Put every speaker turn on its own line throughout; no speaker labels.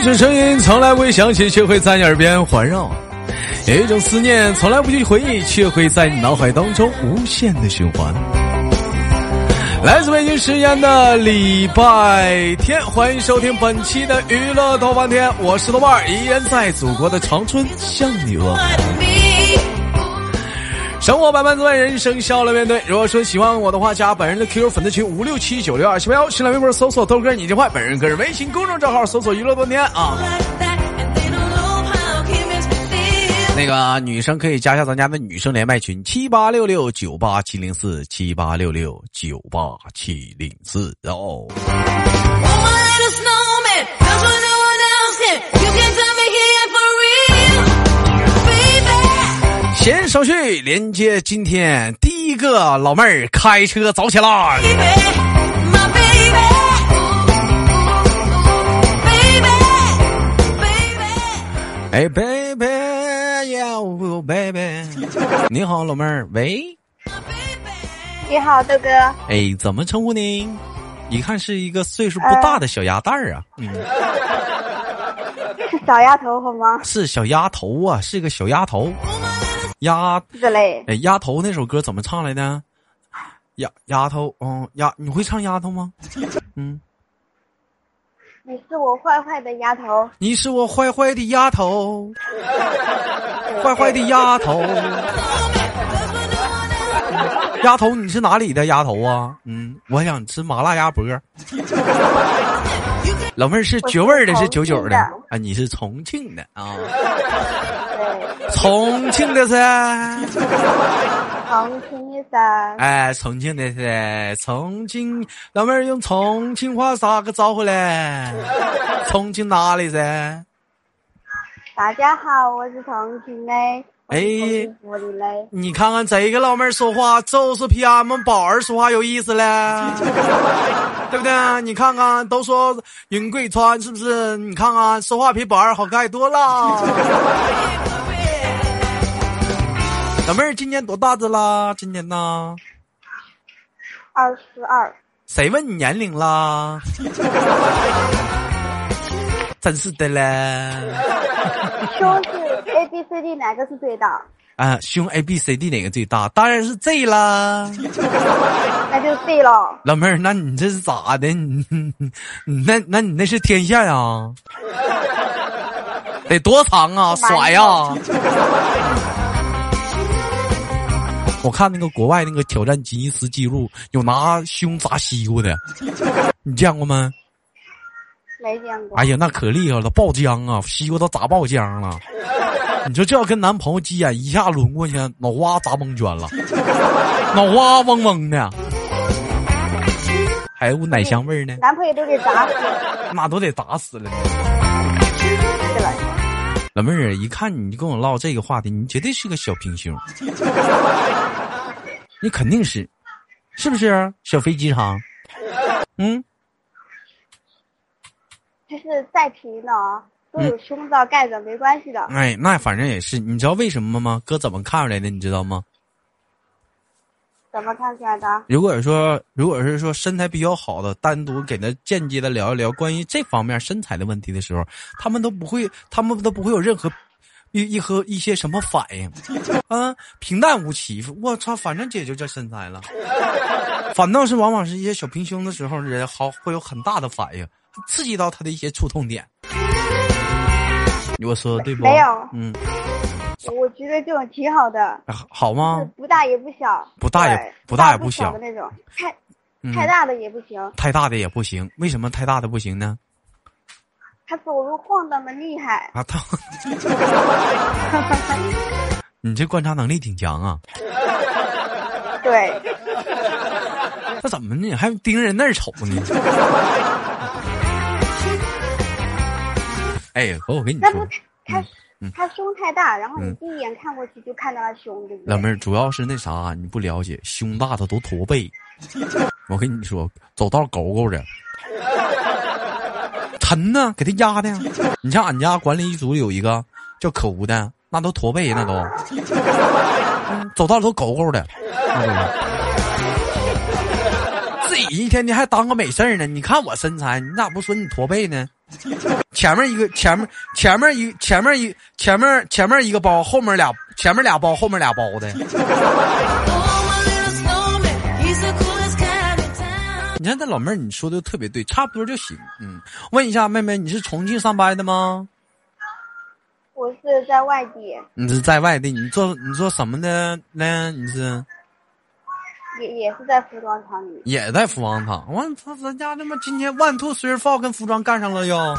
一种声音从来不会响起，却会在你耳边环绕；有一种思念从来不去回忆，却会在你脑海当中无限的循环。来自北京时间的礼拜天，欢迎收听本期的娱乐豆瓣天，我是豆瓣儿，依然在祖国的长春向你问好。生活百般滋味，人生笑来面对。如果说喜欢我的话，加本人的 QQ 粉丝群五六七九六二七八幺，新浪微博搜索豆哥你真坏，本人个人微信公众账号搜索娱乐多天啊。那个女生可以加一下咱家的女生连麦群七八六六九八七零四七八六六九八七零四哦。闲少叙，连接今天第一个老妹儿开车走起来。哎，baby，呀，我 baby，你好，老妹儿，喂，
你好，豆哥。
哎，怎么称呼您？一看是一个岁数不大的小鸭蛋儿啊，嗯，
是小丫头好吗？
是小丫头啊，是个小丫头，丫，
是嘞，
哎，丫头那首歌怎么唱来的？丫丫头，嗯，丫，你会唱丫头吗？嗯，
你是我坏坏的丫头。
你是我坏坏的丫头，坏坏的丫头，丫头，你是哪里的丫头啊？嗯，我想吃麻辣鸭脖。老妹儿是绝味儿的，
我
是
是
九
重庆
九的
的
啊？你是重庆的啊？
对，
重庆的噻，
重庆的。
哎，重庆的噻，重庆老妹儿用重庆话咋个招呼嘞？重庆哪里噻？
大家好，我是重庆的。
哎
我的嘞，
你看看这个老妹儿说话，就是比俺们宝儿说话有意思嘞，对不对？你看看，都说云贵川是不是？你看看说话比宝儿好看多了。老妹儿今年多大的啦？今年呢？
二十二。
谁问你年龄啦？真是的嘞！
胸是 A B C D 哪个是最大？
啊，胸 A B C D 哪个最大？当然是 Z 啦。
那就是 D 了。
老妹儿，那你这是咋的？ 你你那那你那是天线啊？得多长啊？
是馒头
甩呀、我看那个国外那个挑战吉尼斯纪录，有拿胸砸西瓜的，你见过吗？
没见过。
哎呀，那可厉害了，爆浆啊，西瓜都砸爆浆了。你说这要跟男朋友急眼，一下抡过去，脑瓜砸蒙圈了，脑瓜嗡嗡的，还有股奶香味儿呢。
男朋友都给砸死了。
那都得打死了你。老妹儿，一看你就跟我唠这个话题，你绝对是个小平胸，你肯定是，是不是小飞机场？嗯，
就是再皮呢，都有胸罩盖着，没关系的。
哎，那反正也是，你知道为什么吗？哥怎么看出来的？你知道吗？
怎么看出来的？
如果说，如果是说身材比较好的，单独给他间接的聊一聊关于这方面身材的问题的时候，他们都不会，他们都不会有任何一一和一些什么反应，啊，平淡无奇。我操，反正姐就这身材了，反倒是往往是一些小平胸的时候，人好会有很大的反应，刺激到他的一些触痛点。我说的对不？
没有
嗯，
我觉得这种挺好的，
啊好吗？
不大也不小，
不大也
对
不大也不
不
小
的那种，太
嗯
太大的也不行。
太大的也不行，为什么太大的不行呢？
他走路晃荡的厉害，
啊，他，你这观察能力挺强 啊！
对，
嗯那怎么呢？还盯人那儿瞅呢？ 哎，和我跟你
那不
说，
他他胸太大，然后你
嗯
第一眼看过去就看到他胸，对不
老
对？
妹儿，主要是那啥，啊你不了解，胸大的都驼背。我跟你说，走道狗狗的，沉呢，给他压的。啊你像俺家管理一组有一个叫可无的，那都驼背，那都，嗯走道都狗狗的，那都是自己一天天还当个美事儿呢。你看我身材，你咋不说你驼背呢？前面一个，前面前面一前面一前面前面一个包，后面俩前面俩包，后面俩包的。你看这老妹儿，你说的特别对，差不多就行。嗯，问一下妹妹，你是重庆上班的吗？
我是在外地，
你是在外地，你做你做什么的呢？你是
也也是在服装厂里。
也在服装厂？我操，咱家他妈今天万兔 t h r f o 跟服装干上了哟。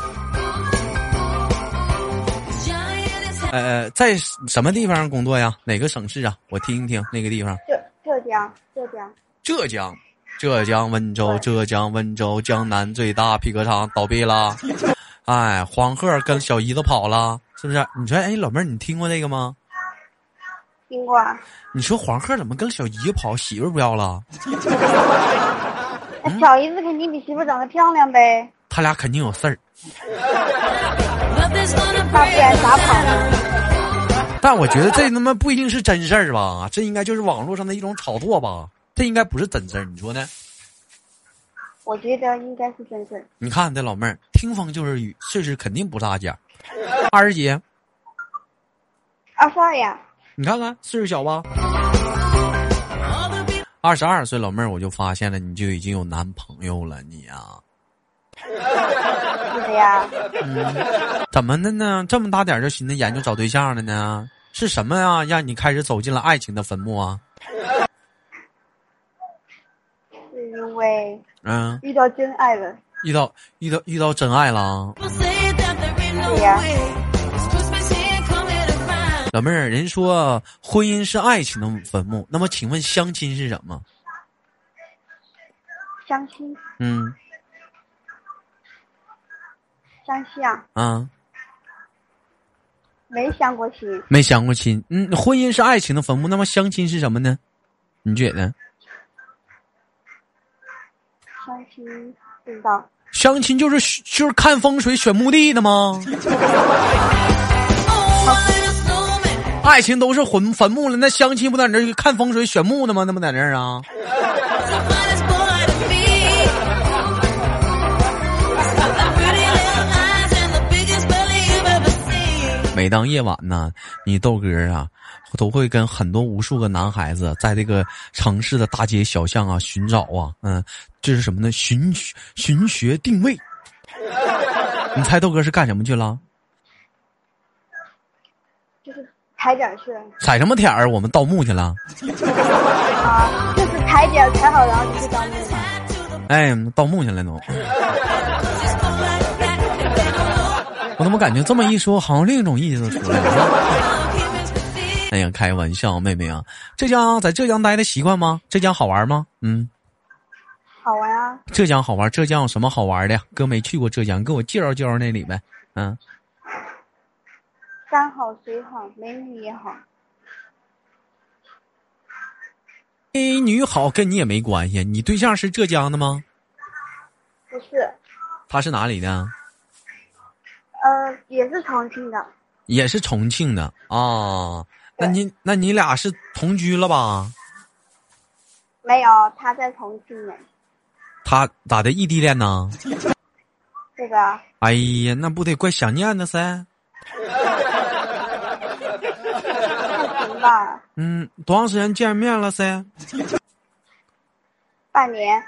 呃，在什么地方工作呀？哪个省市啊？我听一听那个地方。
浙浙江，浙江，
浙江，浙江温州，浙江温州江南最大皮革厂倒闭 了，哎，黄鹤跟小姨子跑了，是不是？你说，哎，老妹儿，你听过这个吗？
听过。啊
你说黄鹤怎么跟小姨子跑，媳妇儿不要了？嗯
那哎小姨子肯定比媳妇长得漂亮呗，
他俩肯定有事儿。
那不然咋跑呢？
但我觉得这他妈不一定是真事儿吧？这应该就是网络上的一种炒作吧？这应该不是真事儿，你说呢？
我觉得应该是真事儿。
你看这老妹儿，听风就是雨，事实肯定不搭假。二师姐，
二十二呀，
你看看岁数小吧？二十二岁老妹儿，我就发现了，你就已经有男朋友了，你啊呀、
是的呀，
怎么的呢？这么大点儿就寻思研究找对象了呢？是什么呀，让你开始走进了爱情的坟墓啊？
是因为
嗯，
遇到真爱了。
遇到遇到遇到真爱了啊，老妹儿，人说婚姻是爱情的坟墓，那么请问相亲是什么？
相亲，
嗯
相亲啊，
啊，
没相过亲，
没相过亲。嗯，婚姻是爱情的坟墓，那么相亲是什么呢？你觉得？
相亲不知道。
相亲就是选就是看风水选墓地的吗？爱情都是坟坟墓了，那相亲不在那儿看风水选墓的吗？那不在那儿啊？每当夜晚呢，你豆哥啊，都会跟很多无数个男孩子在这个城市的大街小巷啊寻找啊，嗯，这是什么呢？寻寻学定位。你猜豆哥是干什么去了？
就是踩点儿去
踩什么点儿？我们盗墓去了。
啊，就是踩点儿踩好，然后就去当兵。
哎，盗墓去了都。我怎么感觉这么一说，好像另一种意思出来了？哎呀，开玩笑，妹妹啊，浙江在浙江待的习惯吗？浙江好玩吗？嗯，
好玩啊，
浙江好玩，浙江有什么好玩的呀？哥没去过浙江，给我介绍介绍那里呗。嗯，
山好水好，美女也好，
美哎女好跟你也没关系，你对象是浙江的吗？
不是，
他是哪里的？
呃，也是重庆的，
也是重庆的啊、那你那你俩是同居了吧？
没有，他在重庆呢。
他咋的异地恋呢？
这个
哎呀，那不得怪想念的噻。
还行吧，
嗯，多长时间见面了噻？
半年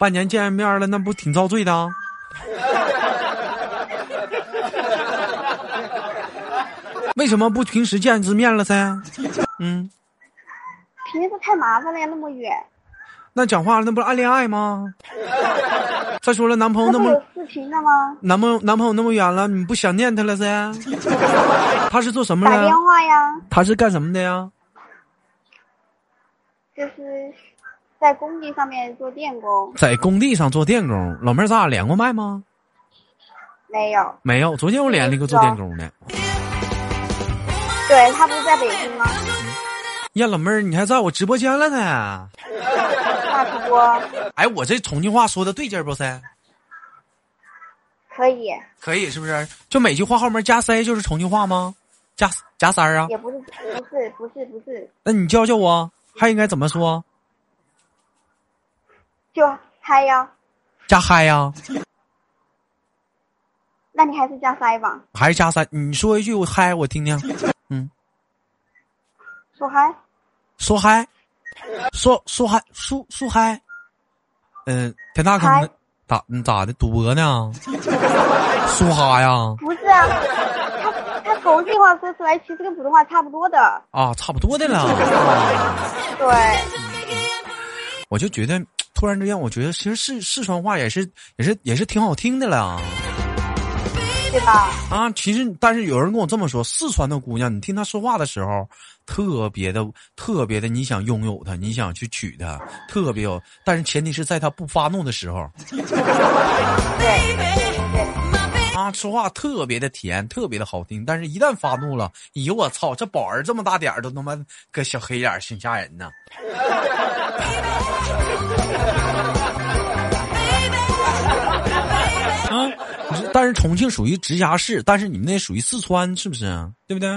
半年见面了，那不挺遭罪的啊？为什么不平时见一次面了噻？嗯，
平时太麻烦了呀，那么远，
那讲话了那不是暗恋爱吗？再说了，男朋友
那
哦那
不
么
有视频的吗？
男朋友男朋友那么远了，你不想念他了噻？他是做什么
打
的
电？话呀，
他是干什么的呀？
就是在工地上面做电工，
在工地上做电工。老妹儿，咱俩连过麦吗？
没有。
没有，昨天我连了一个做电工的。
对他不是在北京吗？
呀，老妹儿，你还在我直播间了呢？
那主播
哎，我这重庆话说的对劲儿不噻？
可以，
可以是不是？就每句话后面加 c 就是重庆话吗？加加三儿啊？
也不是，不是，不是，不是，
那你教教我，还应该怎么说？
就嗨呀，
加嗨啊呀、
那你还是加塞吧，
还是加三？你说一句我嗨，我听听。
说嗨，
说嗨，说说嗨，说说嗨。嗯、田大坑呢
嗨
咋嗯咋的？赌博呢？说哈呀？
不是啊，他他重庆话说出来其实跟普通话差不多的，
啊，差不多的了。
对，
我就觉得，突然之间，我觉得其实四四川话也是也是也是挺好听的了
对吧？
啊。其实，但是有人跟我这么说，四川的姑娘，你听她说话的时候，特别的特别的，你想拥有她，你想去娶她，特别有，但是前提是在她不发怒的时候
对对，
啊，说话特别的甜，特别的好听。但是，一旦发怒了，哎呦我操，这宝儿这么大点儿都他妈个小黑眼儿，挺吓人呢。啊，但是重庆属于直辖市，但是你们那属于四川，是不是？对不对？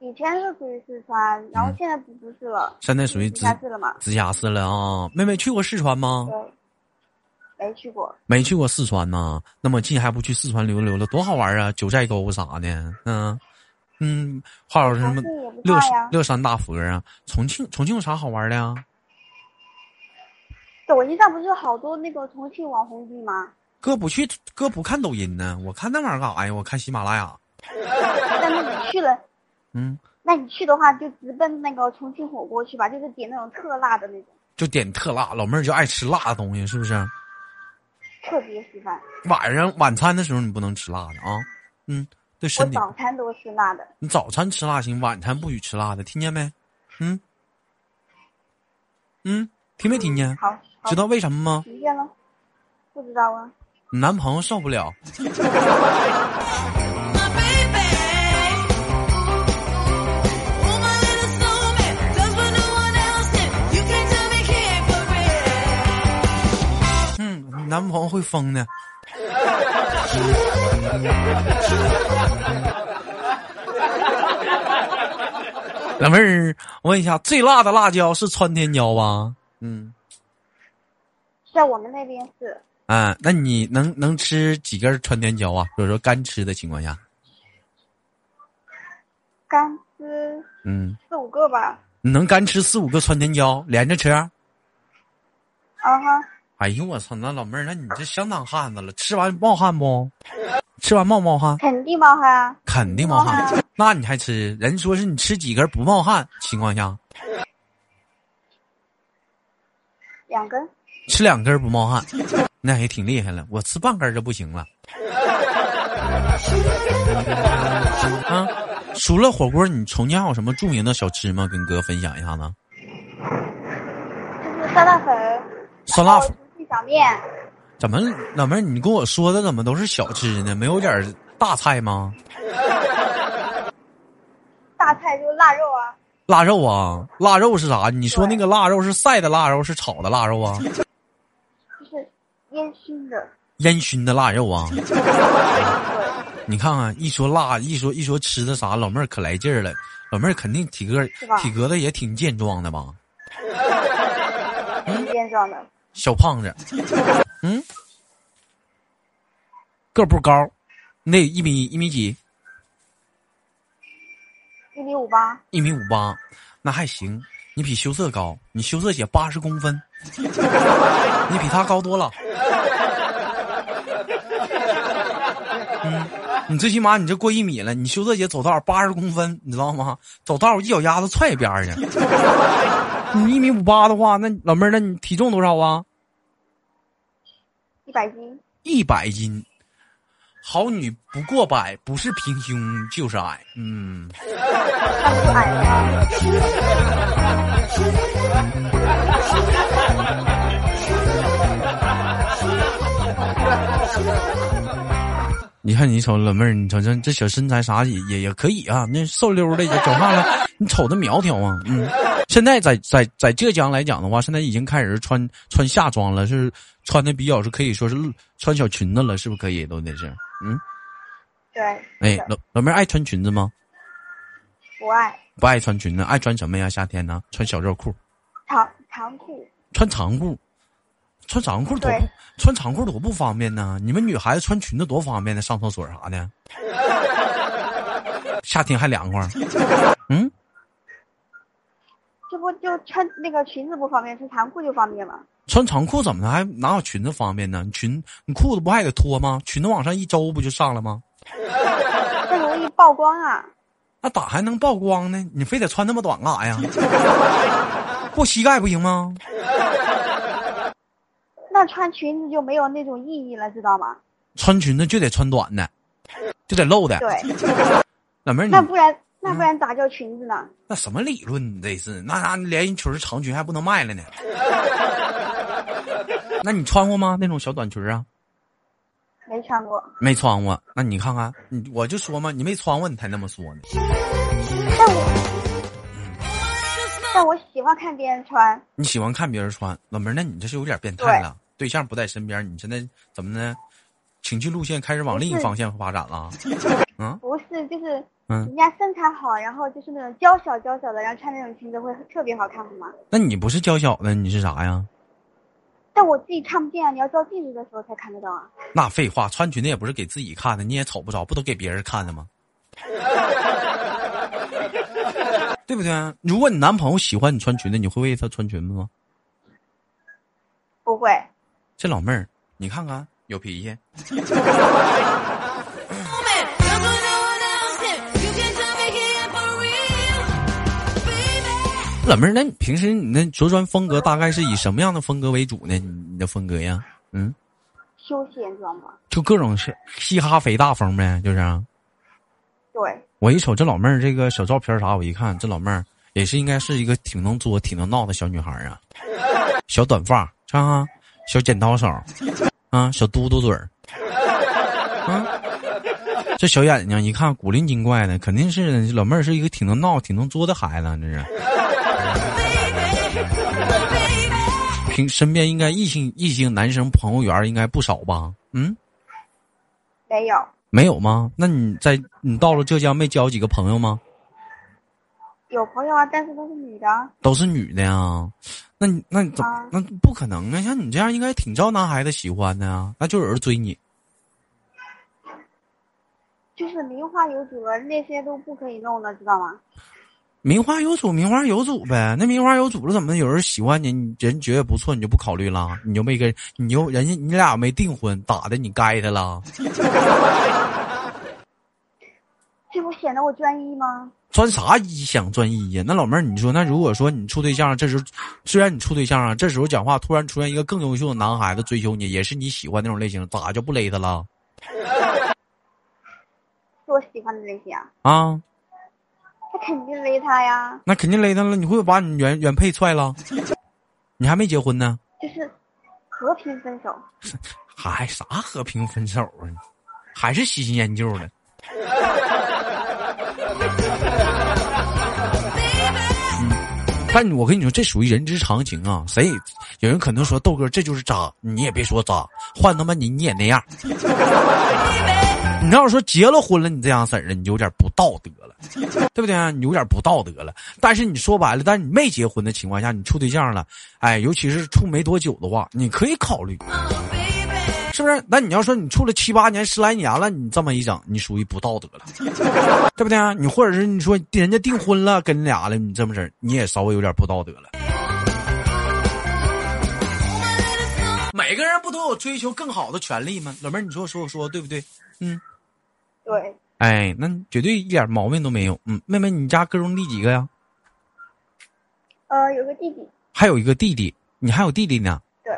以前是属于四川，然后现在不不是了，
嗯现在属于
直
直哦
辖市了嘛？
直辖市了啊、妹妹去过四川吗？
对，没去过，
没去过四川呢，那么近还不去四川溜达溜达，多好玩啊！九寨沟啥的，嗯嗯，话老师什么
重庆也不
乐
大
山
呀
乐山大佛啊，重庆重庆有啥好玩的呀？
抖音上不是有好多那个重庆网红地吗？
哥不去，哥不看抖音呢，我看那玩意儿干啥哎呀？我看喜马拉雅，
但是你去了。
嗯，
那你去的话，就直奔那个重庆火锅去吧，就是点那种特辣的那种，
就点特辣，老妹儿就爱吃辣的东西，是不是？
特别喜欢。
晚上晚餐的时候你不能吃辣的啊，嗯，对
我
身体，
早餐都吃辣的，
你早餐吃辣行，晚餐不许吃辣的，听见没？嗯嗯，听没听见？
好，好
知道为什么吗？
听见了？不知道啊，
你男朋友受不了。嗯，你男朋友会疯的。 老妹儿，我问一下，最辣的辣椒是川天椒吧？嗯，
在我们那边是
啊，那你能能吃几根川天椒啊？比如说干吃的情况下，
干吃
嗯，
四五个吧，
你能干吃四五个川天椒连着吃？
啊哈，
哎呦我操，那老妹儿，那你这相当汉子了，吃完冒汗不？吃完冒不冒汗？
肯定冒汗啊，
肯定冒
冒
汗
汗。
那你还吃？人说是你吃几根不冒汗情况下，
两根，
吃两根不冒汗，那也挺厉害了。我吃半根就不行了。啊，除了火锅，你重庆还有什么著名的小吃吗？跟哥分享一下呢？
就是酸辣粉，
酸辣
还
粉
有就是小面，
怎么老妹儿？你跟我说的怎么都是小吃呢？没有点儿大菜吗？
大菜就是腊肉啊，
腊肉啊，腊肉是啥？你说那
对
个腊肉是晒的腊肉，是炒的腊肉啊？
就是烟熏的，
烟熏的腊肉啊！ 你看看，一说辣，一说一说吃的啥，老妹儿可来劲儿了。老妹儿肯定体格
是吧
体格子也挺健壮的吧？
挺健壮的，
小胖子，嗯，个儿不高，那一米一米几，
一米五八，
一米五八，那还行。你比羞涩高，你羞涩姐八十公分， 你比她高多了。 嗯，你最起码你这过一米了，你羞涩姐走道八十公分，你知道吗？走道一脚丫子踹一边儿去。 你一米五八的话，那老妹儿，那你体重多少啊？
一百斤，
一百斤。好女不过百，不是平胸就是矮。嗯。
那不就矮了吗？
你看你瞅老妹儿，你瞅这这小身材啥也也也可以啊，那瘦溜的也走上了，你瞅那苗条啊，嗯。现在在在在浙江来讲的话，现在已经开始穿穿夏装了，是穿的比较是可以说是穿小裙子了，是不是可以都得是？嗯，
对，
哎
是，的
老老妹儿爱穿裙子吗？
不爱
不爱穿裙子，爱穿什么呀？夏天呢，穿小热裤，
长长裤，
穿长裤。穿长裤多不
对
穿长裤多不方便呢？你们女孩子穿裙子多方便呢，上厕所啥的， 夏天还凉快。嗯，
这不就穿那个裙子不方便，穿长裤就方便了。
穿长裤怎么的还哪有裙子方便呢？你裙你裤子不还得脱吗？裙子往上一周不就上了吗？
这容易曝光啊！
那咋还能曝光呢？你非得穿那么短干啥呀？ 过膝盖不行吗？
那穿裙子就没有那种意义了，知道吗？
穿裙子就得穿短的，就得露的。
对，
老妹儿，你
那不然那不然咋叫裙子呢？
那什么理论？你这是那那连衣裙儿长裙还不能卖了呢？ 那你穿过吗？那种小短裙儿啊？
没穿过，
没穿过。那你看看，你我就说嘛，你没穿过你才那么说呢。
但我但我喜欢看别人穿，
你喜欢看别人穿，老妹儿，那你这是有点变态了。对象不在身边，你现在怎么呢？情绪路线开始往另一方向发展了。
不是就是
嗯，
人家身材好，然后就是那种娇小娇小的，然后穿那种裙子会特别好看，好吗？
那你不是娇小的，你是啥呀？
但我自己看不见啊，你要照镜子的时候才看得到啊。
那废话，穿裙子也不是给自己看的，你也瞅不着，不都给别人看的吗？ 对不对？啊如果你男朋友喜欢你穿裙子，你会为他穿裙子吗？
不会，
这老妹儿，你看看有脾气。老妹儿，那你平时你那着装风格大概是以什么样的风格为主呢？你你的风格呀，嗯，
休闲装嘛。
就各种是嘻哈肥大风呗，就是啊、
对，
我一瞅这老妹儿这个小照片啥，我一看这老妹儿也是应该是一个挺能作、挺能闹的小女孩啊，小短发，看啊，小剪刀手，啊，小嘟嘟嘴儿，啊，这小眼睛一看古灵精怪的，肯定是这老妹儿是一个挺能闹、挺能作的孩子，这是。平身边应该异性异性男生朋友缘儿应该不少吧？嗯，
没有，
没有吗？那你在你到了浙江没交几个朋友吗？
有朋友啊，但是都是女的啊。
都是女的呀，那你那你怎么
啊
那不可能啊？像你这样应该挺招男孩子喜欢的啊，那就有人追你。
就是名花有主了，那些都不可以弄的，知道吗？
名花有主，名花有主呗。那名花有主了，怎么有人喜欢你？你人觉得不错，你就不考虑了？你就没跟你就人家你俩没订婚，咋的？你该他了？
这不显得我专一吗？
专啥一想专一呀？那老妹儿，你说那如果说你处对象，这时候虽然你处对象啊，这时候讲话突然出现一个更优秀的男孩子追求你，也是你喜欢那种类型，咋就不勒他了
是我喜欢的类型啊，
啊？
他肯定勒他呀。
那肯定勒他了，你会把你原原配踹了？你还没结婚呢，
就是和平分手，
还啥和平分手啊？还是喜新厌旧的。嗯但我跟你说，这属于人之常情啊。谁也有人可能说豆哥这就是渣，你也别说渣，换他妈你你也那样。你要是说结了婚了，你这样式儿的，你就有点不道德了。对不对啊？你有点不道德了。但是你说白了，但是你没结婚的情况下，你处对象了，哎，尤其是处没多久的话，你可以考虑，是不是？那你要说你处了七八年、十来年了，你这么一整，你属于不道德了， 对不对啊？你或者是你说人家订婚了，跟你俩了，你这么式儿，你也稍微有点不道德了。每个人不都有追求更好的权利吗？老妹儿，你说说我说对不对？嗯。
对，
哎，那你绝对一点毛病都没有。嗯，妹妹，你家哥兄弟几个呀？
呃，有个弟弟，
还有一个弟弟，你还有弟弟呢？
对，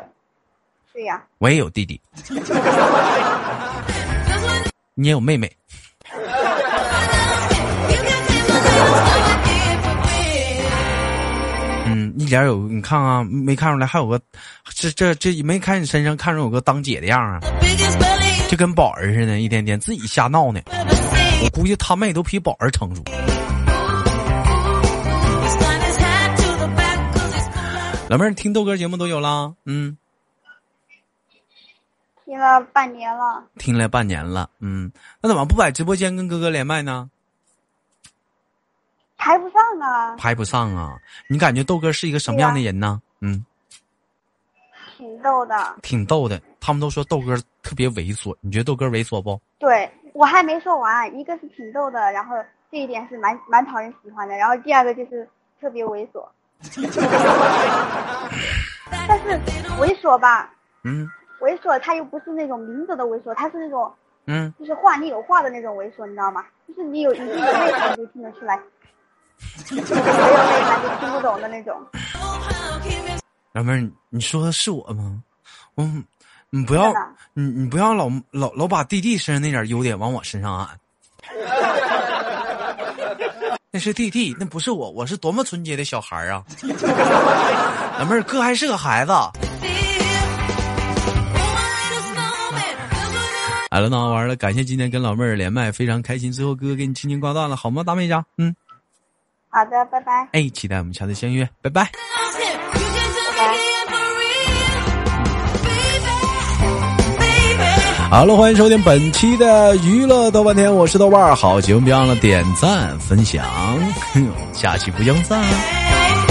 对呀、
我也有弟 弟，你也有妹妹。嗯，一点有，你看啊，没看出来，还有个，这这这没看你身上看出有个当姐的样啊，就跟宝儿似的，一天天自己瞎闹呢。我估计他妹都比宝儿成熟。老妹儿，听豆哥节目都有啦，嗯，
听了半年了，
听了半年了，嗯，那怎么不在直播间跟哥哥连麦呢？
排不上啊，
排不上啊！你感觉豆哥是一个什么样的人呢？嗯，
挺逗的。
挺逗的。他们都说豆哥特别猥琐，你觉得豆哥猥琐不？
对我还没说完，一个是挺逗的，然后这一点是蛮蛮讨人喜欢的，然后第二个就是特别猥琐。 但是猥琐吧，
嗯
猥琐他又不是那种明着的猥琐，他是那种
嗯，
就是话里有话的那种猥琐，你知道吗？就是你有一定的内涵你就听得出来，没有内涵就听不懂的那种。
老妹儿，你你说的是我吗？我，你不要
是的，
你你不要老老老把弟弟身上那点优点往我身上安。 那是弟弟，那不是我，我是多么纯洁的小孩儿啊！ 老妹儿，哥还是个孩子。好了，那完了，感谢今天跟老妹儿连麦，非常开心。最后哥哥给你轻轻挂断了，好吗，大妹家？嗯，
好的，拜拜。
哎，期待我们下次相约，拜拜。好了，欢迎收听本期的娱乐豆瓣天，我是豆瓣儿，好节目别忘了点赞分享，哼下期不见不散。
Hey.